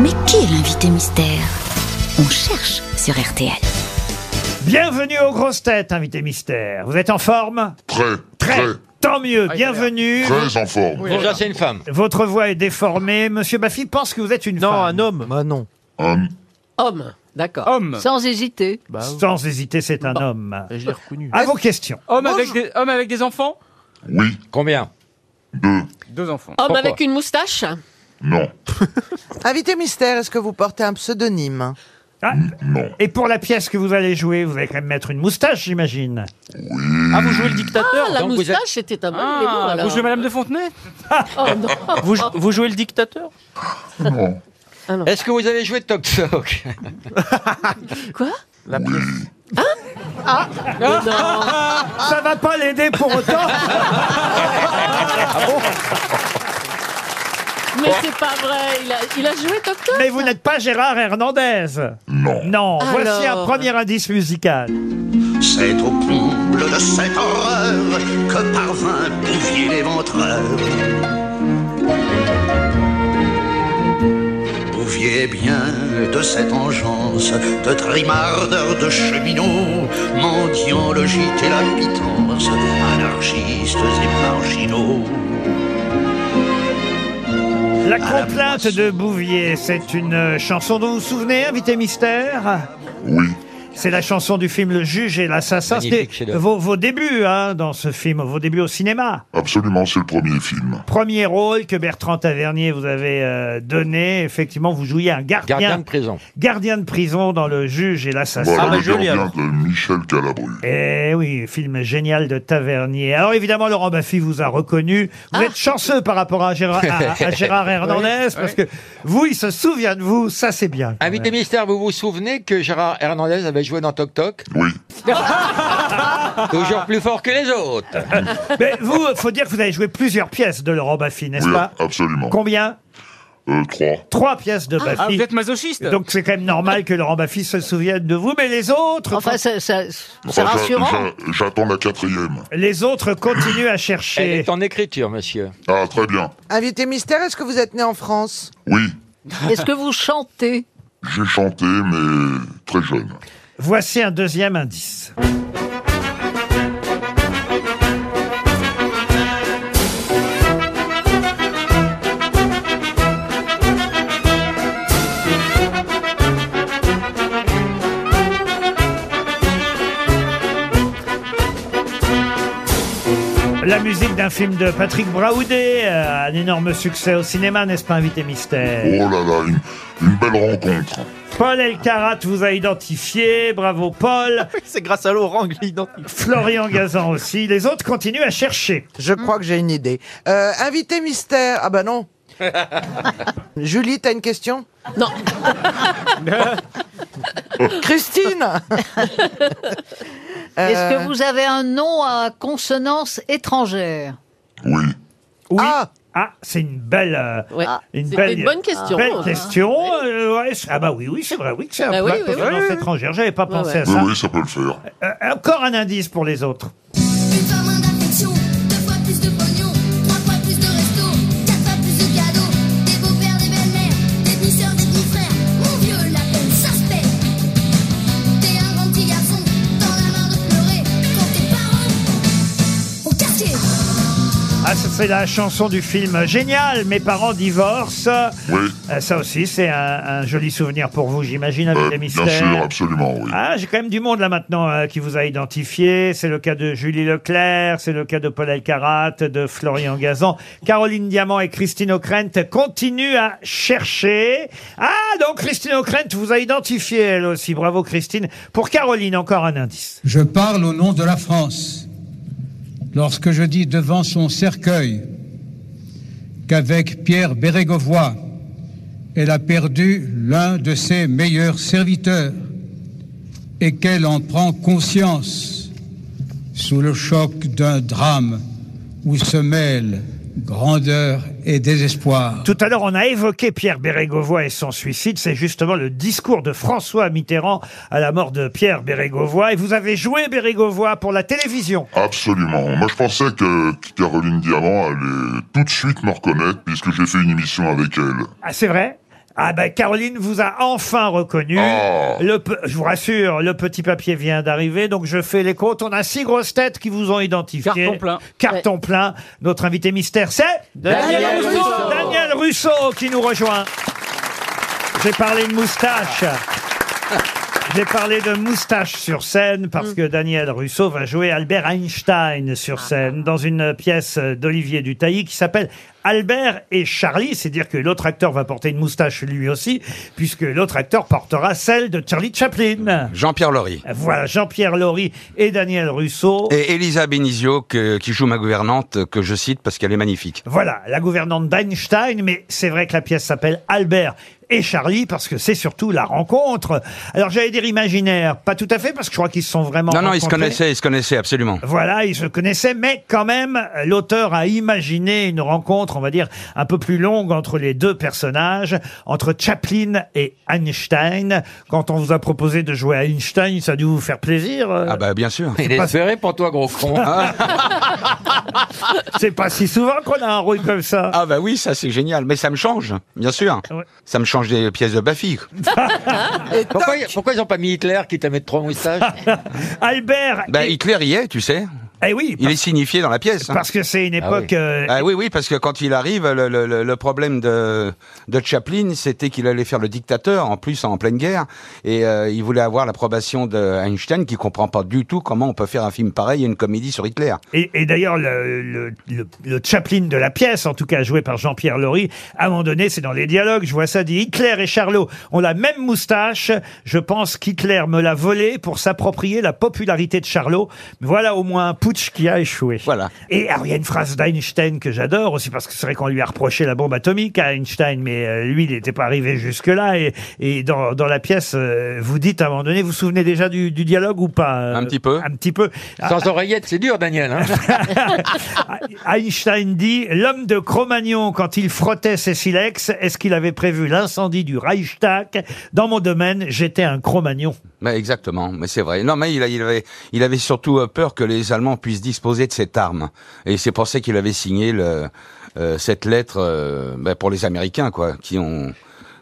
Mais qui est l'invité mystère On cherche sur RTL. Bienvenue aux grosses têtes, invité mystère. Vous êtes en forme Très, Très. très, Tant mieux, Ah, bienvenue. très en forme. Déjà, c'est une femme. Votre voix est déformée. Monsieur Baffy pense que vous êtes une femme. homme. Bah non. Hum, Homme, d'accord. Homme. Sans hésiter. Bah, Sans hésiter, c'est un homme. je l'ai reconnu. À vos questions. Homme avec, des, homme avec des enfants oui, Combien deux, Deux enfants. Homme Pourquoi avec une moustache Ah, non, Invité mystère, est-ce que vous portez un pseudonyme Ah, non. et pour la pièce que vous allez jouer, vous allez quand même mettre une moustache, j'imagine. Ah, vous jouez le dictateur Ah, la donc vous êtes- moustache, c'était un bon élément, Ah, alors. vous jouez Madame de Fontenay Oh, non. Vous, vous jouez le dictateur non. Est-ce que vous avez joué Toc Toc Quoi La pièce. Ça va pas l'aider pour autant. Mais c'est pas vrai, il a, il a joué Toc Toc Mais vous n'êtes pas Gérard Hernandez. Non. Non. Voici un Alors. premier indice musical. C'est au comble de cette horreur que parvint Bouvier l'éventreur. Bouvier bien de cette engeance, de trimardeur de cheminots, mendiant le gîte et la pitance, anarchistes et marginaux. La complainte de Bouvier, c'est une chanson dont vous vous souvenez, invité mystère Oui, C'est la chanson du film Le Juge et l'Assassin. C'était Magnifique chef-d'œuvre. vos, vos débuts hein, dans ce film, vos débuts au cinéma. absolument, c'est le premier film. Premier rôle que Bertrand Tavernier vous avait euh, donné. Effectivement, vous jouiez un gardien, Gardien gardien, de prison. de prison dans Le Juge et l'Assassin. Voilà bah, le joli, gardien alors. de Michel Galabru. Eh oui, film génial de Tavernier. Alors évidemment, Laurent Baffy vous a reconnu. Vous Ah. êtes chanceux par rapport à Gérard, à- à Gérard Hernandez, parce que vous, il se souvient de vous, ça c'est bien. quand Invité mystère, vous vous souvenez que Gérard Hernandez avait joué dans Toc Toc Oui, Toujours plus fort que les autres. Mais vous, faut dire que vous avez joué plusieurs pièces de Laurent Baffy, n'est-ce oui, pas absolument. Combien Euh, trois. Trois pièces de Ah, Baffy. vous êtes masochiste Donc c'est quand même normal que Laurent Baffy se souvienne de vous, mais les autres, Enfin, ça- ça- c'est Enfin, j'a- rassurant. j'a- J'attends la quatrième. les autres continuent à Elle chercher. est en écriture, monsieur. Ah, très bien. Invité mystère, est-ce que vous êtes né en France Oui, Est-ce que vous chantez j'ai chanté, mais très jeune. Voici un deuxième indice. La musique d'un film de Patrick Braoudé, euh, un énorme succès au cinéma, n'est-ce pas, invité mystère Oh là là, une, une belle rencontre. Paul Elkarat vous a identifié, bravo Paul. C'est grâce à Laurent que j'ai identifié. Florian Gazan aussi. Les autres continuent à chercher. Je crois que j'ai une idée. Euh, invité mystère, ah bah non. Julie, t'as une question Non. Christine Est-ce Euh, que vous avez un nom à consonance étrangère Oui, Oui. Ah Ah, c'est une belle, euh, Ouais. une C'était belle, une bonne question. belle hein. question. Euh, ouais, c'est- ah bah oui, oui, c'est vrai, oui que c'est un Bah plat oui, de oui, provenance oui. étrangère. J'avais pas pensé ouais. à oui, ça. oui, ça peut le faire. Euh, encore un indice pour les autres. Une fois moins d'affection, deux fois plus de pognon, trois fois plus de resto, quatre fois plus de cadeaux, des beaux-pères, des belles-mères, des demi-sœurs, des demi-frères, mon vieux, la peine, ça se paie. T'es un grand petit garçon, dans la main de pleurer, quand tes parents ont cassé. Ah, ça c'est la chanson du film Génial, mes parents divorcent. Oui, Euh, ça aussi, c'est un, un joli souvenir pour vous, j'imagine, avec euh, les bien mystères. sûr, absolument, oui. Ah, j'ai quand même du monde là maintenant euh, qui vous a identifié. C'est le cas de Julie Leclerc, c'est le cas de Paul Elkarat, de Florian Gazan. Caroline Diamant et Christine O'Krent continuent à chercher. Ah, donc Christine O'Krent vous a identifié elle aussi. Bravo Christine. Pour Caroline, encore un indice. Je parle au nom de la France lorsque je dis devant son cercueil qu'avec Pierre Bérégovoy, elle a perdu l'un de ses meilleurs serviteurs et qu'elle en prend conscience sous le choc d'un drame où se mêlent grandeur et désespoir. Tout à l'heure, on a évoqué Pierre Bérégovoy et son suicide. C'est justement le discours de François Mitterrand à la mort de Pierre Bérégovoy. Et vous avez joué Bérégovoy pour la télévision. Absolument. Moi, je pensais que Caroline Diamant allait tout de suite me reconnaître puisque j'ai fait une émission avec elle. Ah, c'est vrai Ah ben Caroline vous a enfin reconnu. Le pe- je vous rassure, le petit papier vient d'arriver, donc je fais les comptes. On a six grosses têtes qui vous ont identifié. Carton plein. Carton plein. Notre invité mystère, c'est Daniel Daniel Russo. Russo. Daniel Russo qui nous rejoint. J'ai parlé de moustache. J'ai parlé de moustache sur scène parce que Daniel Russo va jouer Albert Einstein sur scène dans une pièce d'Olivier Dutailly qui s'appelle Albert et Charlie. C'est dire que l'autre acteur va porter une moustache lui aussi puisque l'autre acteur portera celle de Charlie Chaplin. Jean-Pierre Laurie. Voilà, Jean-Pierre Laurie et Daniel Russo. Et Elisa Benizio, que- qui joue ma gouvernante, que je cite parce qu'elle est magnifique. Voilà, la gouvernante d'Einstein, mais c'est vrai que la pièce s'appelle Albert et Charlie parce que c'est surtout la rencontre. Alors j'allais dire imaginaire, pas tout à fait parce que je crois qu'ils se sont vraiment Non, non, ils se rencontrés. connaissaient, ils se connaissaient, absolument. Voilà, ils se connaissaient, mais quand même, l'auteur a imaginé une rencontre, on va dire, un peu plus longue entre les deux personnages, entre Chaplin et Einstein. Quand on vous a proposé de jouer à Einstein, ça a dû vous faire plaisir. euh. Ah bah bien sûr. Il est Pas- serré pour toi, gros con. Euh, C'est pas si souvent qu'on a un rôle comme ça. Ah bah oui, ça c'est génial. Mais ça me change, bien sûr. Ah Ça me change des pièces de Baffy. pourquoi, pourquoi ils n'ont pas mis Hitler qui t'a mis trop en moustache Albert Bah Hitler y est, tu sais. Eh oui. Il est signifié dans la pièce. hein. Parce que c'est une Ah époque... oui. euh, Ah oui, oui, parce que quand il arrive, le, le- le- le problème de, de Chaplin, c'était qu'il allait faire le dictateur, en plus en pleine guerre, et euh, il voulait avoir l'approbation de Einstein, qui comprend pas du tout comment on peut faire un film pareil et une comédie sur Hitler. Et, et d'ailleurs, le, le- le- le Chaplin de la pièce, en tout cas joué par Jean-Pierre Laurie, à un moment donné, c'est dans les dialogues, je vois ça, dit Hitler et Charlot ont la même moustache. Je pense qu'Hitler me l'a volé pour s'approprier la popularité de Charlot. Mais voilà au moins un putsch qui a échoué. Voilà. Et alors, il y a une phrase d'Einstein que j'adore aussi, parce que c'est vrai qu'on lui a reproché la bombe atomique à Einstein, mais euh, lui, il n'était pas arrivé jusque-là. Et, et dans, dans la pièce, euh, vous dites à un moment donné, vous vous souvenez déjà du, du dialogue ou pas euh, Un petit peu. Un petit peu. Sans oreillette, c'est dur, Daniel. hein. Ah, Einstein dit L'homme de Cro-Magnon, quand il frottait ses silex, est-ce qu'il avait prévu l'incendie du Reichstag Dans mon domaine, j'étais un Cro-Magnon. Mais exactement, mais c'est vrai. Non, mais il, a- il avait, il avait surtout euh, peur que les Allemands puissent disposer de cette arme, et c'est pour ça qu'il avait signé le, euh, cette lettre euh, bah, pour les Américains, quoi, qui ont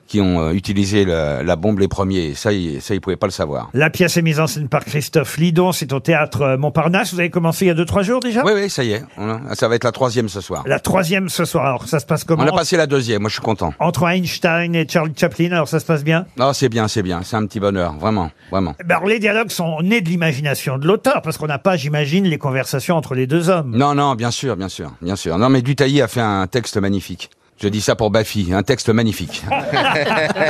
qui ont euh, utilisé la, la bombe les premiers. Et Ça, ils ça, ils pouvaient pas le savoir. La pièce est mise en scène par Christophe Lidon, c'est au théâtre euh, Montparnasse. Vous avez commencé il y a 2-3 jours Ah. déjà Oui, oui, ça y est. on a- Ça va être la troisième ce soir. La troisième ce soir. Alors, ça se passe comment On a passé la deuxième, moi je suis content. Entre Einstein et Charlie Chaplin, alors ça se passe bien Non, c'est bien, c'est bien, c'est un petit bonheur, vraiment, vraiment. Eh ben, alors, les dialogues sont nés de l'imagination de l'auteur, parce qu'on n'a pas, j'imagine, les conversations entre les deux hommes. Non, non, bien sûr, bien sûr, bien sûr. Non, mais Dutailly a fait un texte magnifique. Je dis ça pour Baffy, un texte magnifique.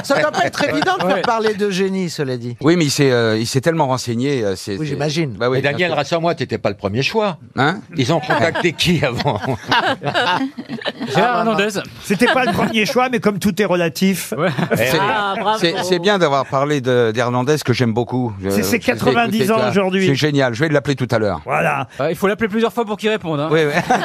Ça doit pas être évident de faire parler de génie, cela dit. Oui, mais il s'est, euh, il s'est tellement renseigné. euh, Oui, c'est, c'est- j'imagine. Bah oui, Mais Daniel, bien sûr. rassure-moi, t'étais pas le premier choix. Hein Ils ont contacté qui avant Gérard Hernandez. C'était pas le premier choix, mais comme tout est relatif. Ah, C'est, c'est- c'est bien d'avoir parlé de, d'Hernandez que j'aime beaucoup. Je- C'est ses je l'ai 90 écouté, ans là. aujourd'hui. C'est génial, je vais l'appeler tout à l'heure. Voilà. Euh, il faut l'appeler plusieurs fois pour qu'il réponde. hein. Oui, oui.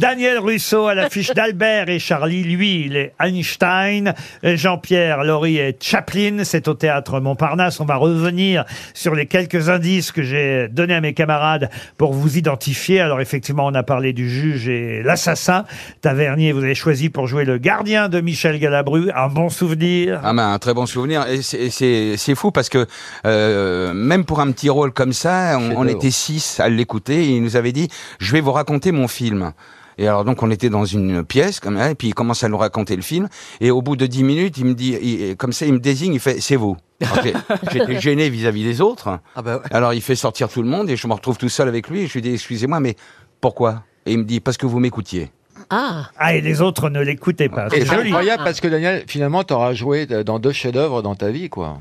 Daniel Russo à l'affiche d'Albert et Charlie. Lui, il est Einstein. Et Jean-Pierre Laurie est Chaplin. C'est au théâtre Montparnasse. On va revenir sur les quelques indices que j'ai donnés à mes camarades pour vous identifier. Alors, effectivement, on a parlé du juge et l'assassin. Tavernier, vous avez choisi pour jouer le gardien de Michel Galabru. Un bon souvenir. Ah ben, un très bon souvenir. Et c'est- et c'est c'est fou parce que euh, même pour un petit rôle comme ça, on, on d'œuvre. était six à l'écouter et il nous avait dit « je vais vous raconter mon film ». Et alors donc on était dans une pièce comme ça, et puis il commence à nous raconter le film et au bout de dix minutes il me dit il- comme ça il me désigne il fait c'est vous Alors, j'ai- j'étais gêné vis-à-vis des autres Ah, bah alors il fait sortir tout le monde et je me retrouve tout seul avec lui et je lui dis excusez-moi mais pourquoi et il me dit parce que vous m'écoutiez Ah, Ah, et les autres ne l'écoutaient pas. Et C'est c'est joli. incroyable parce que Daniel, finalement, t'auras joué dans deux chefs-d'œuvre dans ta vie, quoi.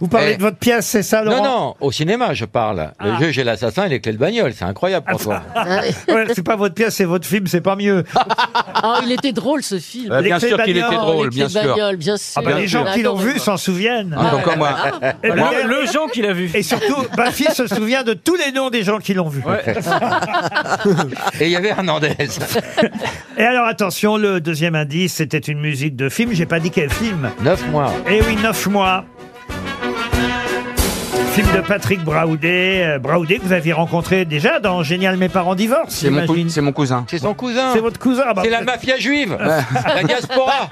Vous Eh. parlez de votre pièce, c'est ça, Laurent Non, non, au cinéma, je parle. Ah. Le juge et l'assassin et les clés de bagnole, c'est incroyable pour toi. Ouais, c'est pas votre pièce, c'est votre film, c'est pas mieux. Ah, il était drôle ce film. Euh, bien Les sûr clés qu'il était bagnoles, drôle Les bien clés de sûr bagnole, bien sûr. Ah bah, les gens qui l'ont Attendez, vu quoi. s'en souviennent. Ah, comme moi Eh ben, Le, le Jean qu'il a vu. Et surtout, Baffy se souvient de tous les noms des gens qui l'ont vu. ah. Et il y avait Hernandez. Et alors attention, le deuxième indice, c'était une musique de Eh film. J'ai pas dit quel film. Neuf mois. Eh oui, neuf mois. Film de Patrick Braoudet. euh, Braoudet que vous aviez rencontré déjà dans Génial, mes parents divorcent. C'est mon, cou- c'est mon cousin. C'est son cousin. C'est votre cousin. Ah bah, C'est la mafia juive, la diaspora.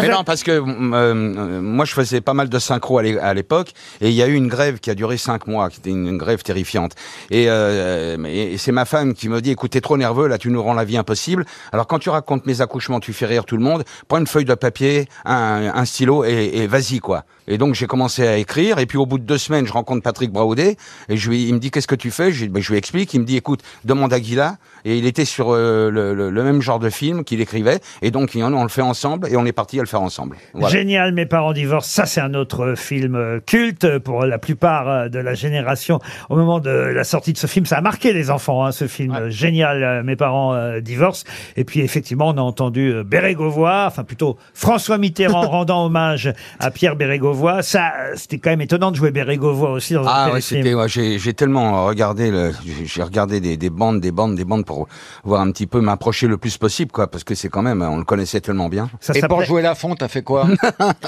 Mais non, parce que euh, euh, moi, je faisais pas mal de synchro à l'é- à l'époque, et il y a eu une grève qui a duré cinq mois, qui était une, une grève terrifiante. Et, euh, et- et c'est ma femme qui me dit, écoute, t'es trop nerveux, là, tu nous rends la vie impossible. Alors, quand tu racontes mes accouchements, tu fais rire tout le monde, prends une feuille de papier, un, un stylo, et, et vas-y, quoi. Et donc, j'ai commencé à écrire, et puis au bout de deux semaines, je rencontre Patrick Braoudet, et je lui, il me dit, qu'est-ce que tu fais je, lui- ben, je lui explique, il me dit, écoute, demande à Guilla, et il était sur euh, le, le- le même genre de film qu'il écrivait, et donc, il- on le fait ensemble, et on est parti à le faire ensemble. Voilà. Génial, mes parents divorcent. Ça, c'est un autre euh, film euh, culte euh, pour la plupart euh, de la génération. Au moment de la sortie de ce film, ça a marqué les enfants, hein, ce film euh, génial, euh, mes parents euh, divorcent. Et puis, effectivement, on a entendu euh, Bérégovoy, enfin plutôt François Mitterrand rendant hommage à Pierre Bérégovoy. Ça, euh, c'était quand même étonnant de jouer Bérégovoy aussi dans un Ah ouais, téléfilm. c'était ouais, j'ai j'ai tellement regardé le- j'ai- j'ai regardé des, des bandes des bandes des bandes pour voir un petit peu m'approcher le plus possible quoi parce que c'est quand même on le connaissait tellement bien. Ça Et pour s'appelait- jouer la fonte, t'as fait quoi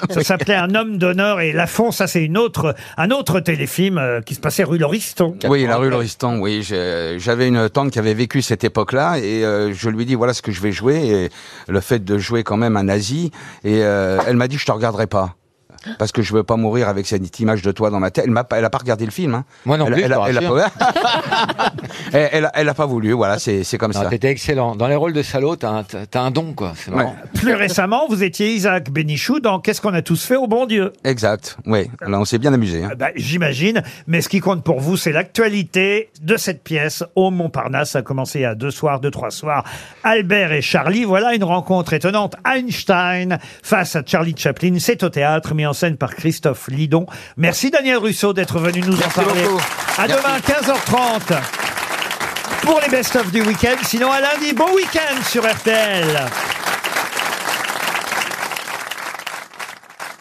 Ça s'appelait Un homme d'honneur et Lafont, ça c'est une autre, un autre téléfilm euh, qui se passait rue Lauriston. Oui, la rue Lauriston. Oui, j'ai- j'avais une tante qui avait vécu cette époque-là et euh, je lui dis voilà ce que je vais jouer et le fait de jouer quand même un nazi et euh, elle m'a dit je te regarderai pas. Parce que je veux pas mourir avec cette image de toi dans ma tête. Elle m'a pas, elle a pas regardé le film. Hein. Moi non elle, plus, Elle, je a- te elle a rassure. pas- elle, elle a- elle a pas voulu. Voilà, c'est c'est comme ça. T'étais excellent. Dans les rôles de salaud, t'as un, t'as un don, quoi. C'est marrant. Plus récemment, vous étiez Isaac Bénichou dans Qu'est-ce qu'on a tous fait au bon Dieu Exact. Oui. Là, on s'est bien amusé. hein. Bah, J'imagine, mais ce qui compte pour vous, c'est l'actualité de cette pièce au Montparnasse. Ça a commencé il y a deux soirs, deux, trois soirs. Albert et Charlie, voilà une rencontre étonnante. Einstein face à Charlie Chaplin, c'est au théâtre, mis en scène par Christophe Lidon. Merci Daniel Russo d'être venu nous en parler. beaucoup. À Merci. demain, 15h30. Pour les best-of du week-end, sinon à lundi, bon week-end sur RTL.